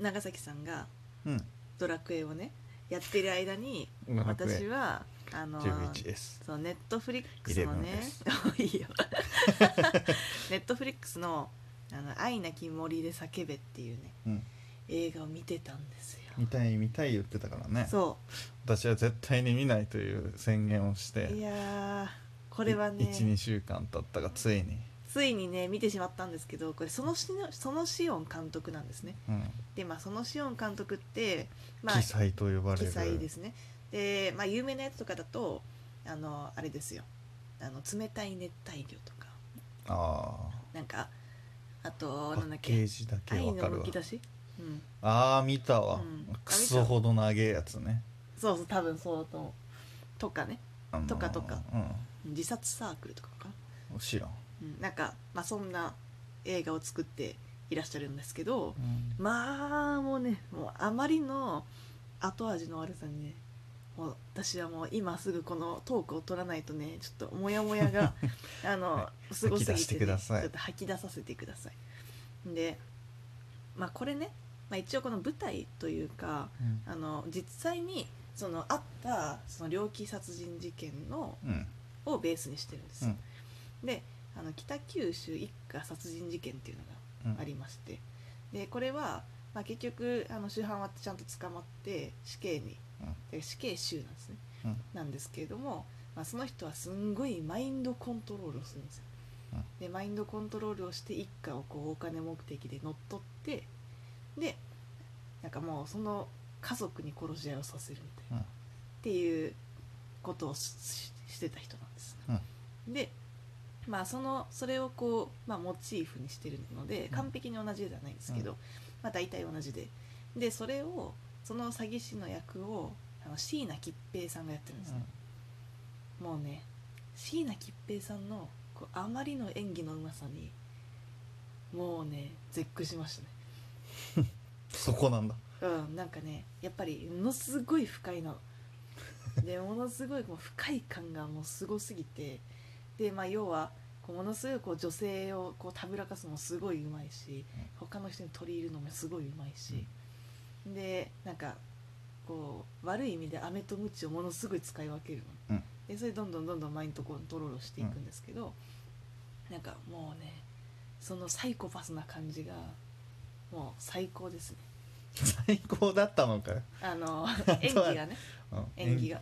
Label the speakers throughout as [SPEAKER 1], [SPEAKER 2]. [SPEAKER 1] 長崎さんが
[SPEAKER 2] うん
[SPEAKER 1] ドラクエをねやってる間に
[SPEAKER 2] ドラクエ
[SPEAKER 1] 私はあの
[SPEAKER 2] 11です
[SPEAKER 1] そうネットフリックスの
[SPEAKER 2] 11で
[SPEAKER 1] ね
[SPEAKER 2] す
[SPEAKER 1] いいよネットフリックスの「あの愛なき森で叫べ」っていうね
[SPEAKER 2] うん
[SPEAKER 1] 映画を見てたんですよ
[SPEAKER 2] 見たい見たい言ってたからね
[SPEAKER 1] そ
[SPEAKER 2] 私は絶対に見ないという宣言をし
[SPEAKER 1] うい
[SPEAKER 2] て
[SPEAKER 1] やーこ
[SPEAKER 2] こ
[SPEAKER 1] れはね
[SPEAKER 2] 12週間経ったがついに
[SPEAKER 1] ついにね見てしまったんですけどこれそのしのそのシオン監督なんですね
[SPEAKER 2] うん
[SPEAKER 1] でまあそのシオン監督ってまあ
[SPEAKER 2] 記載と呼ばれ
[SPEAKER 1] 記
[SPEAKER 2] る
[SPEAKER 1] 載ですねでまあ有名なやつとかだとあのあれですよあの冷たい熱帯魚とか
[SPEAKER 2] あ
[SPEAKER 1] なんかあと
[SPEAKER 2] あ
[SPEAKER 1] な
[SPEAKER 2] パ
[SPEAKER 1] んだっ
[SPEAKER 2] ッケ
[SPEAKER 1] け
[SPEAKER 2] ージだけ
[SPEAKER 1] 愛
[SPEAKER 2] わか
[SPEAKER 1] の
[SPEAKER 2] る
[SPEAKER 1] む
[SPEAKER 2] わ
[SPEAKER 1] き出し、うん、
[SPEAKER 2] ああ見たわ、
[SPEAKER 1] うん
[SPEAKER 2] クソほど長えやつね
[SPEAKER 1] そうそう多分そうだと思うとかね
[SPEAKER 2] あのー
[SPEAKER 1] とかとか
[SPEAKER 2] う
[SPEAKER 1] 自殺サークルとかかな、
[SPEAKER 2] ん知らん、
[SPEAKER 1] うん、なんか、まあ、そんな映画を作っていらっしゃるんですけど
[SPEAKER 2] うん
[SPEAKER 1] まあもうねもうあまりの後味の悪さにねもう私はもう今すぐこのトークを取らないとねちょっとモヤモヤ があの、
[SPEAKER 2] は
[SPEAKER 1] すごすぎて,、ね、
[SPEAKER 2] 吐き出してください
[SPEAKER 1] ちょっと吐き出させてくださいでまあこれね、まあ、一応この舞台というか
[SPEAKER 2] うん
[SPEAKER 1] あの実際にそのあったその猟奇殺人事件の
[SPEAKER 2] うん
[SPEAKER 1] をベースにしてるんですよ、であの北九州一家殺人事件っていうのが
[SPEAKER 2] うん
[SPEAKER 1] ありましてでこれは、まあ、結局あの主犯はちゃんと捕まって死刑に、
[SPEAKER 2] うん
[SPEAKER 1] で死刑囚なんですね、
[SPEAKER 2] うん
[SPEAKER 1] なんですけれども、まあ、その人はすんごいマインドコントロールをするんですよ、
[SPEAKER 2] うん
[SPEAKER 1] でマインドコントロールをして一家をこうお金目的で乗っ取ってでなんかもうその家族に殺し合いをさせるみたいな
[SPEAKER 2] うん
[SPEAKER 1] っていうことをしししてた人なんです、でまあそのそれをこう、まあ、モチーフにしてるので
[SPEAKER 2] うん
[SPEAKER 1] 完璧に同じではないんですけど、まあ大体同じででそれをその詐欺師の役をあの椎名桔平さんがやってるんですね、もうね椎名桔平さんのこうあまりの演技のうまさにもうね絶句しましたね
[SPEAKER 2] そこなんだ
[SPEAKER 1] うん、なんかねやっぱりものすごい不快なのでものすごいもう不快感がもうすごすぎてで、まあ、要はこうものすごいこう女性をこうたぶらかすのもすごいうまいし
[SPEAKER 2] うん
[SPEAKER 1] 他の人に取り入るのもすごいうまいし、でなんかこう悪い意味で飴とムチをものすごい使い分けるの、
[SPEAKER 2] うん
[SPEAKER 1] でそれでどんどんどんどんマインドコントロールしていくんですけど、なんかもうねそのサイコパスな感じがもう最高ですね
[SPEAKER 2] 最高だったのかよ、
[SPEAKER 1] あ の
[SPEAKER 2] は
[SPEAKER 1] 演技がね
[SPEAKER 2] うん
[SPEAKER 1] 演技が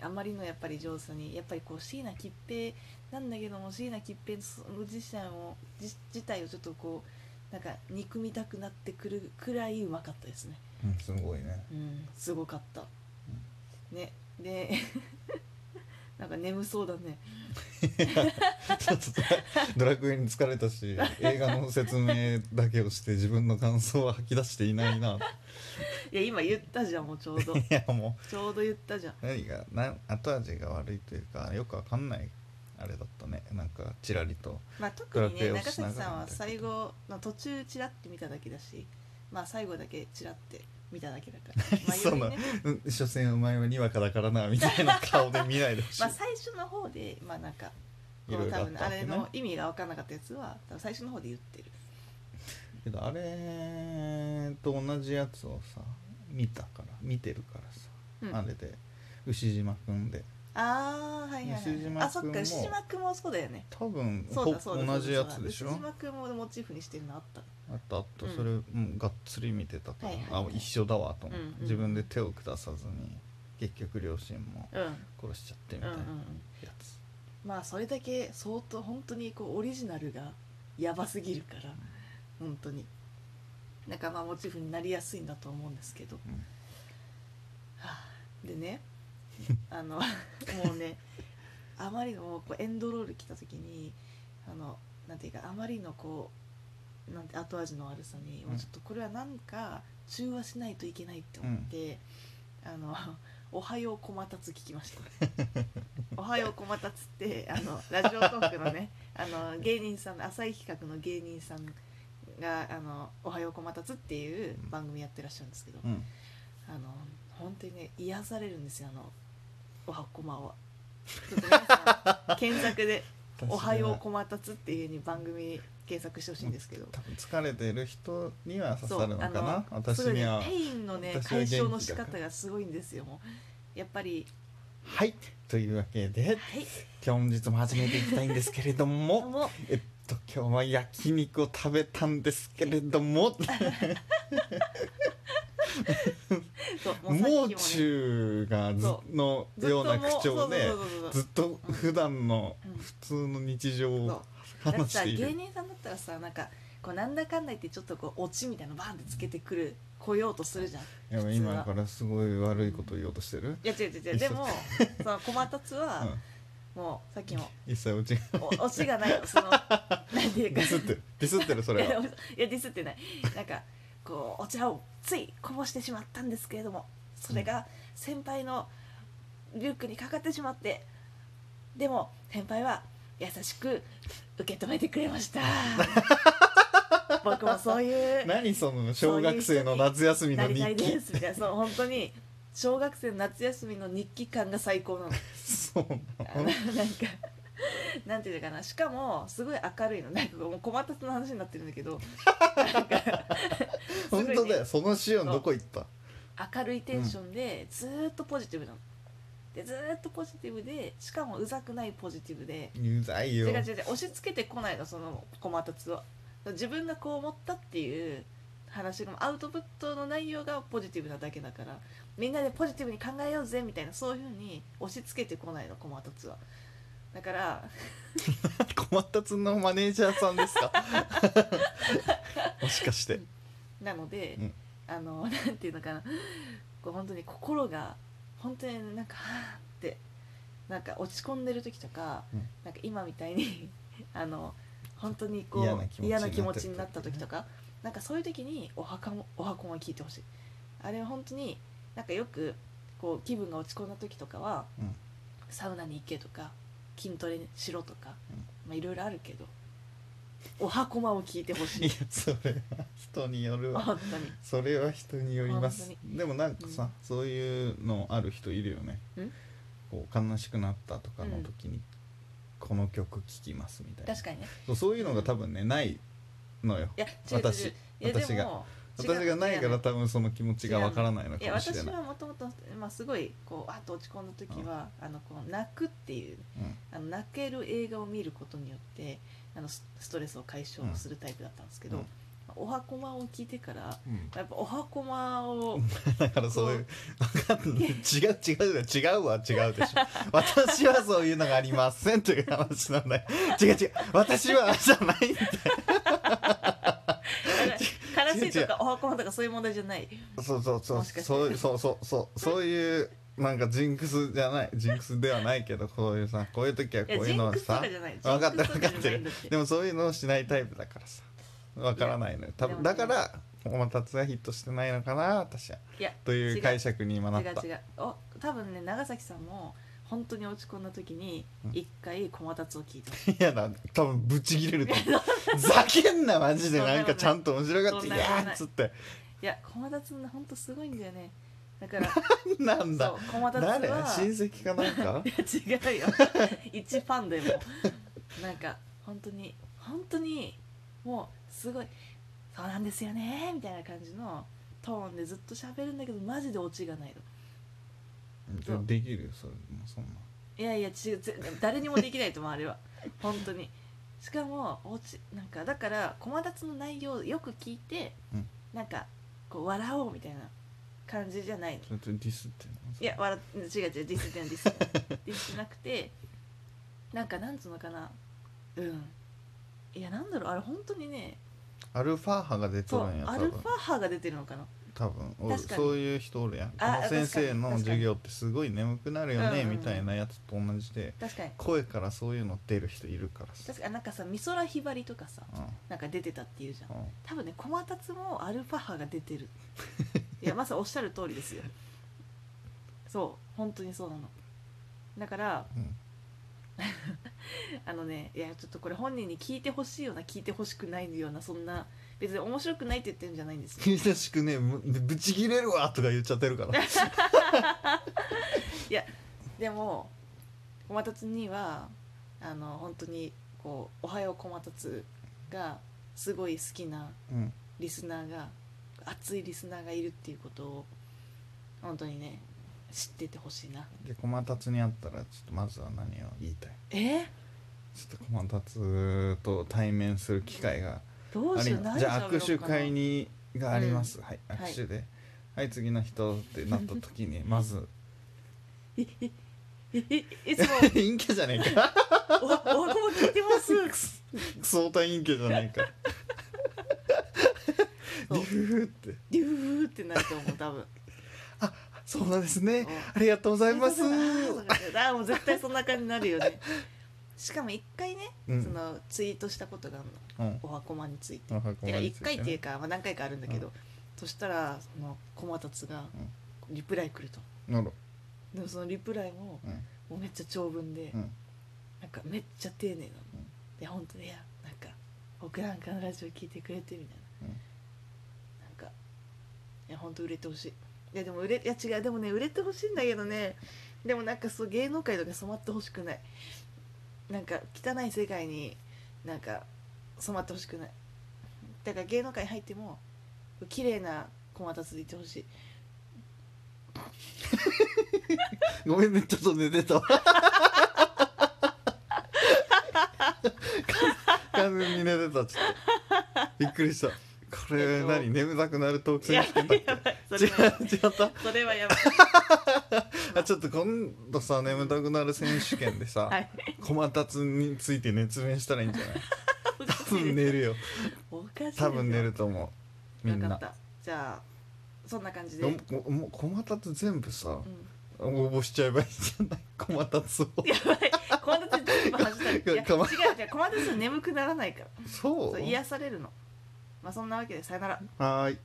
[SPEAKER 1] あまりのやっぱり上手にやっぱりこう椎名桔平なんだけども椎名桔平の自身を自自体をちょっとこうなんか憎みたくなってくるくらいうまかったですね
[SPEAKER 2] うんすごいね
[SPEAKER 1] うんすごかった、ねで なんか眠そうだね
[SPEAKER 2] ちょっとドラクエに疲れたし映画の説明だけをして自分の感想は吐き出していな いない
[SPEAKER 1] や今言ったじゃんもうちょ うど
[SPEAKER 2] いやも
[SPEAKER 1] ちょうど言ったじゃん
[SPEAKER 2] う何がな後味が悪いというかよくわかんないあれだったねなんかちらりと
[SPEAKER 1] まあ、特にね
[SPEAKER 2] ドラクエを
[SPEAKER 1] 中
[SPEAKER 2] しな
[SPEAKER 1] 崎
[SPEAKER 2] がら
[SPEAKER 1] さんは最後の途中チラって見ただけだし、まあ、最後だけチラって見ただけだから、まあ、
[SPEAKER 2] そ
[SPEAKER 1] よ
[SPEAKER 2] の
[SPEAKER 1] りね、
[SPEAKER 2] うん所詮お前はにわかだからなみたいな顔で見ないでほしい
[SPEAKER 1] まあ、最初の方でまあなんかこ
[SPEAKER 2] いろ
[SPEAKER 1] う
[SPEAKER 2] いろ
[SPEAKER 1] 多
[SPEAKER 2] あっ
[SPEAKER 1] 分
[SPEAKER 2] た
[SPEAKER 1] あ
[SPEAKER 2] わけ
[SPEAKER 1] れ
[SPEAKER 2] ね
[SPEAKER 1] の意味が分からなかったやつは多分最初の方で言ってる
[SPEAKER 2] けどあれと同じやつをさ見たから見てるからさ、
[SPEAKER 1] うん
[SPEAKER 2] あれで牛島くんで
[SPEAKER 1] ああはいはい、
[SPEAKER 2] 牛島
[SPEAKER 1] は
[SPEAKER 2] 君
[SPEAKER 1] い、
[SPEAKER 2] も
[SPEAKER 1] あそっか牛島君もそうだよね
[SPEAKER 2] 多分
[SPEAKER 1] そうだ
[SPEAKER 2] ほ
[SPEAKER 1] そうだ
[SPEAKER 2] 同じや
[SPEAKER 1] そう
[SPEAKER 2] つ
[SPEAKER 1] だ
[SPEAKER 2] でしょ
[SPEAKER 1] 牛島君もモチーフにしてるのあった
[SPEAKER 2] あとあと
[SPEAKER 1] うん
[SPEAKER 2] それ、うん、がっつり見てたから、
[SPEAKER 1] はいはいはい
[SPEAKER 2] あ一緒だわと思って、
[SPEAKER 1] うんうん
[SPEAKER 2] 自分で手を下さずに結局両親も
[SPEAKER 1] うん
[SPEAKER 2] 殺しちゃってみ
[SPEAKER 1] う
[SPEAKER 2] た
[SPEAKER 1] ん
[SPEAKER 2] い
[SPEAKER 1] うん
[SPEAKER 2] な
[SPEAKER 1] う
[SPEAKER 2] や
[SPEAKER 1] ん
[SPEAKER 2] つ、
[SPEAKER 1] まあそれだけ相当本当にこうオリジナルがやばすぎるから本当になんかまあモチーフになりやすいんだと思うんですけど
[SPEAKER 2] うん
[SPEAKER 1] はあでねあのもうねあまりのもうこうエンドロール来た時にあのなんていうかあまりのこうなんて後味の悪さに、
[SPEAKER 2] うん
[SPEAKER 1] もうちょっとこれはなんか中和しないといけないって思って、あの「おはようこまたつ」聞きました「おはようこまたつ」ってあのラジオトークのねあの芸人さん浅い企画の芸人さんが「あのおはようこまたつ」っていう番組やってらっしゃるんですけど、
[SPEAKER 2] うん、
[SPEAKER 1] あの本当にね癒 されるんですよあのおはこまはちょっと皆さん検索で
[SPEAKER 2] 確かに
[SPEAKER 1] おはようこまたつ」っていう風に番組検索してほしいんですけど
[SPEAKER 2] 多分疲れてる人には刺
[SPEAKER 1] そう
[SPEAKER 2] さ
[SPEAKER 1] あ
[SPEAKER 2] るの
[SPEAKER 1] の
[SPEAKER 2] かな私
[SPEAKER 1] すごい
[SPEAKER 2] に
[SPEAKER 1] ね
[SPEAKER 2] は
[SPEAKER 1] ペインのね
[SPEAKER 2] 私は元
[SPEAKER 1] 解
[SPEAKER 2] 気だ
[SPEAKER 1] 消の仕方がすごいんですよもうやっぱり
[SPEAKER 2] はいというわけで
[SPEAKER 1] はい
[SPEAKER 2] 本日も始めていきたいんですけれど
[SPEAKER 1] ど
[SPEAKER 2] も
[SPEAKER 1] うも
[SPEAKER 2] えっと今日は焼肉を食べたんですけれども
[SPEAKER 1] そうさっきもねそ
[SPEAKER 2] もう中がずの
[SPEAKER 1] ずっと
[SPEAKER 2] ような口
[SPEAKER 1] も
[SPEAKER 2] 調
[SPEAKER 1] う
[SPEAKER 2] で
[SPEAKER 1] そうそうそうそう
[SPEAKER 2] ずっと普段の
[SPEAKER 1] うん
[SPEAKER 2] 普通の日常
[SPEAKER 1] そ
[SPEAKER 2] を
[SPEAKER 1] だって
[SPEAKER 2] 話し
[SPEAKER 1] さ
[SPEAKER 2] てい
[SPEAKER 1] 芸
[SPEAKER 2] る
[SPEAKER 1] 人さんだったらさなんかこうなんだかんだ言ってちょっとこうオチみたいなのバーンってつけてくる来ようとするじゃんい
[SPEAKER 2] やばい
[SPEAKER 1] 普通は
[SPEAKER 2] 今からすごい悪いこと言おうとしてる、
[SPEAKER 1] や違う違う違うでもその駒達 は、もうさっきも
[SPEAKER 2] うん、一切落ちが
[SPEAKER 1] お オチがないそのなんていう
[SPEAKER 2] デ
[SPEAKER 1] か
[SPEAKER 2] ィスってるディスってるそ れ
[SPEAKER 1] いや
[SPEAKER 2] は
[SPEAKER 1] おいやディスってないなんかこうお茶をついこぼしてしまったんですけれどもそれが先輩のリュックにかかってしまってでも先輩は優しく受け止めてくれました 僕もそういう
[SPEAKER 2] 何その小学生の夏休み
[SPEAKER 1] な
[SPEAKER 2] の
[SPEAKER 1] り
[SPEAKER 2] 日
[SPEAKER 1] たい
[SPEAKER 2] 記
[SPEAKER 1] ですみたいなそう本当に小学生の夏休みの日記感が最高なの
[SPEAKER 2] そう
[SPEAKER 1] あ
[SPEAKER 2] な
[SPEAKER 1] の
[SPEAKER 2] の
[SPEAKER 1] なん かなんていうのかなしかもすごい明るいのなんかもう困ったつの話になってるんだけどなんかすごい
[SPEAKER 2] 本
[SPEAKER 1] ね
[SPEAKER 2] 当だよそのシオンどこ行った
[SPEAKER 1] 明るいテンションでずーっとポジティブなの。でずーっとポジティブでしかもうざくないポジティブで
[SPEAKER 2] うざい
[SPEAKER 1] 違う
[SPEAKER 2] よ
[SPEAKER 1] 違う違う押し付けてこないのそのコマタツは自分がこう思ったっていう話がアウトプットの内容がポジティブなだけだからみんなでポジティブに考えようぜみたいなそういうふうに押し付けてこないのコマタツはだから
[SPEAKER 2] 困ったつのマネージャーさんで すかもしかして
[SPEAKER 1] なので、
[SPEAKER 2] うん
[SPEAKER 1] あの なんていうのかなこう本当に心が本当になんかはあってなんか落ち込んでる時とか、
[SPEAKER 2] うん
[SPEAKER 1] なんか今みたいに あの本当にこう
[SPEAKER 2] 嫌な気持ち
[SPEAKER 1] 嫌な気持ち
[SPEAKER 2] になってる
[SPEAKER 1] になった時とか、なんかそういう時にお墓もお箱も聞いてほしいあれは本当になんかよくこう気分が落ち込んだ時とかは、
[SPEAKER 2] うん
[SPEAKER 1] サウナに行けとか筋トレしろとか、
[SPEAKER 2] うん
[SPEAKER 1] まあいろいろあるけどお箱まを聞いてほし
[SPEAKER 2] いや
[SPEAKER 1] い
[SPEAKER 2] それは人によるわ
[SPEAKER 1] 本 当に
[SPEAKER 2] それは人によります
[SPEAKER 1] 本
[SPEAKER 2] でもなんかさ、
[SPEAKER 1] うん
[SPEAKER 2] そういうのある人いるよね
[SPEAKER 1] ん
[SPEAKER 2] こう悲しくなったとかの時に、この曲聴きますみたいな
[SPEAKER 1] 確かにね
[SPEAKER 2] そうそういうのが多分ねないのよ
[SPEAKER 1] いや違う
[SPEAKER 2] 私
[SPEAKER 1] 違う違ういや
[SPEAKER 2] 私
[SPEAKER 1] で
[SPEAKER 2] が
[SPEAKER 1] も違う
[SPEAKER 2] 私がないから
[SPEAKER 1] 違う
[SPEAKER 2] 多分その気持ちがわからないの
[SPEAKER 1] い
[SPEAKER 2] か
[SPEAKER 1] や
[SPEAKER 2] もし
[SPEAKER 1] 私
[SPEAKER 2] れない
[SPEAKER 1] はもともと、まあ、すごいこうあっと落ち込んだ時は、あのこう泣くっていうあの泣ける映画を見ることによってあのスストレスを解消するタイプだったんですけど、
[SPEAKER 2] うん
[SPEAKER 1] おはこまを聞いてから
[SPEAKER 2] うんうん
[SPEAKER 1] やっぱおはこまを
[SPEAKER 2] だからそういうわかんない違う違う違うは違うでしょ私はそういうのがありませんという話なんだよ違う違う私はじゃないんだよ
[SPEAKER 1] 悲しいとかおはこまとかそういう問題じゃない
[SPEAKER 2] そうそうそう
[SPEAKER 1] もしかして
[SPEAKER 2] そうそうそうそうそういうなんかジンクスじゃないジンクスではないけどこういうさこういう時はいこう
[SPEAKER 1] や
[SPEAKER 2] い
[SPEAKER 1] ジ
[SPEAKER 2] うの
[SPEAKER 1] ン
[SPEAKER 2] は
[SPEAKER 1] クスと
[SPEAKER 2] さ
[SPEAKER 1] かじゃないジ
[SPEAKER 2] 分
[SPEAKER 1] ン
[SPEAKER 2] か
[SPEAKER 1] ク
[SPEAKER 2] っ
[SPEAKER 1] ス
[SPEAKER 2] てる
[SPEAKER 1] と
[SPEAKER 2] 分かっ
[SPEAKER 1] じゃない
[SPEAKER 2] て
[SPEAKER 1] ん
[SPEAKER 2] る
[SPEAKER 1] だって
[SPEAKER 2] でもそういうのをしないタイプだからさ分からないのよ多
[SPEAKER 1] でも
[SPEAKER 2] 分
[SPEAKER 1] ね
[SPEAKER 2] だから駒達がヒットしてないのかな私はい
[SPEAKER 1] や
[SPEAKER 2] という解釈に今なっ
[SPEAKER 1] 違
[SPEAKER 2] た
[SPEAKER 1] う違うお多分ね長崎さんも本当に落ち込んだ時に
[SPEAKER 2] うん
[SPEAKER 1] 一回「駒立つ」を聞い てほしい
[SPEAKER 2] いやな多分ブチギレると思うざけんなマジで
[SPEAKER 1] そんな
[SPEAKER 2] なん
[SPEAKER 1] ことな
[SPEAKER 2] か
[SPEAKER 1] い
[SPEAKER 2] ちゃんと面白がっ
[SPEAKER 1] そ
[SPEAKER 2] て「
[SPEAKER 1] ん
[SPEAKER 2] い
[SPEAKER 1] な
[SPEAKER 2] や
[SPEAKER 1] ことない
[SPEAKER 2] ー」っつって
[SPEAKER 1] いや駒立つの本当すごいんだよねだから
[SPEAKER 2] 「なんだ
[SPEAKER 1] そう駒立つ
[SPEAKER 2] 誰
[SPEAKER 1] は
[SPEAKER 2] 親戚かなんか
[SPEAKER 1] いや違うよ一ファンでもなんか本当に本当にもうすごい「そうなんですよね」みたいな感じのトーンでずっと喋るんだけどマジでオチがないのそう
[SPEAKER 2] できるよそれもうそんない
[SPEAKER 1] やいや違うぜ誰にもできないと思うあれは 本当にしかもおうちなんかだから駒立の内容をよく聞いて、
[SPEAKER 2] うん
[SPEAKER 1] なんかこう笑おうみたいな感じじゃないの
[SPEAKER 2] それとディスってんの
[SPEAKER 1] いや笑っ違う違うディスってないディスってないディ スってなくてなんかなんつうのかなうんいやなんだろうあれ本当にね
[SPEAKER 2] アルファ波が出て
[SPEAKER 1] そ
[SPEAKER 2] る
[SPEAKER 1] うん
[SPEAKER 2] や
[SPEAKER 1] ア
[SPEAKER 2] 多
[SPEAKER 1] ル
[SPEAKER 2] 分
[SPEAKER 1] ファ波が出てるのかな
[SPEAKER 2] 多分おる
[SPEAKER 1] 確かに
[SPEAKER 2] そういう人おるやんこ
[SPEAKER 1] あ
[SPEAKER 2] の先生
[SPEAKER 1] 確か
[SPEAKER 2] の
[SPEAKER 1] に
[SPEAKER 2] 授業ってすごい眠くなるよね
[SPEAKER 1] うんうん
[SPEAKER 2] みたいなやつと同じで
[SPEAKER 1] 確かに
[SPEAKER 2] 声からそういうの出る人いるからさ
[SPEAKER 1] 確かになんかさ美空ひばりとかさ
[SPEAKER 2] うん
[SPEAKER 1] なんか出てたっていうじゃん
[SPEAKER 2] うん
[SPEAKER 1] 多分ね駒達もアルファ波が出てるいやまさにおっしゃる通りですよそう本当にそうなのだから
[SPEAKER 2] うん
[SPEAKER 1] あのねいやちょっとこれ本人に聞いてほしいような聞いてほしくないようなそんな別に面白くないって言ってるんじゃないんですよ
[SPEAKER 2] 優しくねむぶち切れるわとか言っちゃってるから
[SPEAKER 1] でも駒達にはあの本当にこう「おはようこまたつ」がすごい好きな
[SPEAKER 2] うん
[SPEAKER 1] リスナーが熱いリスナーがいるっていうことを本当にね知っててほしいな
[SPEAKER 2] で駒達に会ったらちょっとまずは何を言いたい
[SPEAKER 1] え
[SPEAKER 2] ちょっと駒達と対面する機会が
[SPEAKER 1] どう
[SPEAKER 2] あ
[SPEAKER 1] し
[SPEAKER 2] り
[SPEAKER 1] よう
[SPEAKER 2] ま
[SPEAKER 1] 何
[SPEAKER 2] すじゃあ
[SPEAKER 1] 喋ろう
[SPEAKER 2] 握手
[SPEAKER 1] かな
[SPEAKER 2] 会にがあります、はい
[SPEAKER 1] はい
[SPEAKER 2] 握手で「はい、次の人」ってなった時 にまず
[SPEAKER 1] いいいつも
[SPEAKER 2] 「陰キャじゃねえか
[SPEAKER 1] おお箱も聞いてます。
[SPEAKER 2] 相対陰キャじゃねえか」
[SPEAKER 1] そう
[SPEAKER 2] リフフって
[SPEAKER 1] リューってなると思う多分。
[SPEAKER 2] 「そうなんですね
[SPEAKER 1] お
[SPEAKER 2] ありがとうございます」
[SPEAKER 1] ああもう絶対そんな感じになるよね。しかも一回ね、
[SPEAKER 2] うん
[SPEAKER 1] そのツイートしたことがあるの。
[SPEAKER 2] うん
[SPEAKER 1] おはこまについて。
[SPEAKER 2] お
[SPEAKER 1] て
[SPEAKER 2] 箱ま
[SPEAKER 1] か
[SPEAKER 2] で
[SPEAKER 1] 一回っていうかまあ何回かあるんだけど、
[SPEAKER 2] う
[SPEAKER 1] そしたらそのコマタツがリプライ来ると。
[SPEAKER 2] なる
[SPEAKER 1] でもそのリプライも
[SPEAKER 2] うん
[SPEAKER 1] もうめっちゃ長文で、
[SPEAKER 2] うん
[SPEAKER 1] なんかめっちゃ丁寧なの。
[SPEAKER 2] うん
[SPEAKER 1] で本当にいやなんか僕なんかのラジオ聞いてくれてみたいな。
[SPEAKER 2] うん
[SPEAKER 1] なんかいや本当売れてほしいいやでも売れいや違うでもね売れてほしいんだけどねでもなんかそう芸能界とか染まってほしくないなんか汚い世界になんか染まってほしくないだから芸能界入っても綺麗な駒立つでいてほしい
[SPEAKER 2] ごめんねちょっと寝てたわ完全に寝てたちょっとびっくりしたこ
[SPEAKER 1] えっ
[SPEAKER 2] れ
[SPEAKER 1] と
[SPEAKER 2] 何眠たくなるトーク
[SPEAKER 1] い
[SPEAKER 2] セ
[SPEAKER 1] や
[SPEAKER 2] ンスしてんだっ
[SPEAKER 1] やばいそ
[SPEAKER 2] け違
[SPEAKER 1] れはやば
[SPEAKER 2] う違った
[SPEAKER 1] いそれはやば い
[SPEAKER 2] あちょっと今度さ眠たくなる選手権でさ、
[SPEAKER 1] はい
[SPEAKER 2] 駒達について熱弁したらいいんじゃない
[SPEAKER 1] おか
[SPEAKER 2] 多
[SPEAKER 1] しい
[SPEAKER 2] 分
[SPEAKER 1] ね
[SPEAKER 2] 寝るよ
[SPEAKER 1] おかしい
[SPEAKER 2] 多分寝ると思うみ
[SPEAKER 1] 分
[SPEAKER 2] ん
[SPEAKER 1] か
[SPEAKER 2] な
[SPEAKER 1] ったじゃあそんな感じで、
[SPEAKER 2] で
[SPEAKER 1] う
[SPEAKER 2] も
[SPEAKER 1] ん、
[SPEAKER 2] こもう駒達全部さ応募しちゃえばいいんじゃない駒達を
[SPEAKER 1] やばい駒立つ全部走ったりいや違
[SPEAKER 2] かま
[SPEAKER 1] う違う駒立つ眠くならないから
[SPEAKER 2] そう
[SPEAKER 1] そう癒されるのまあそんなわけでさよなら
[SPEAKER 2] はーい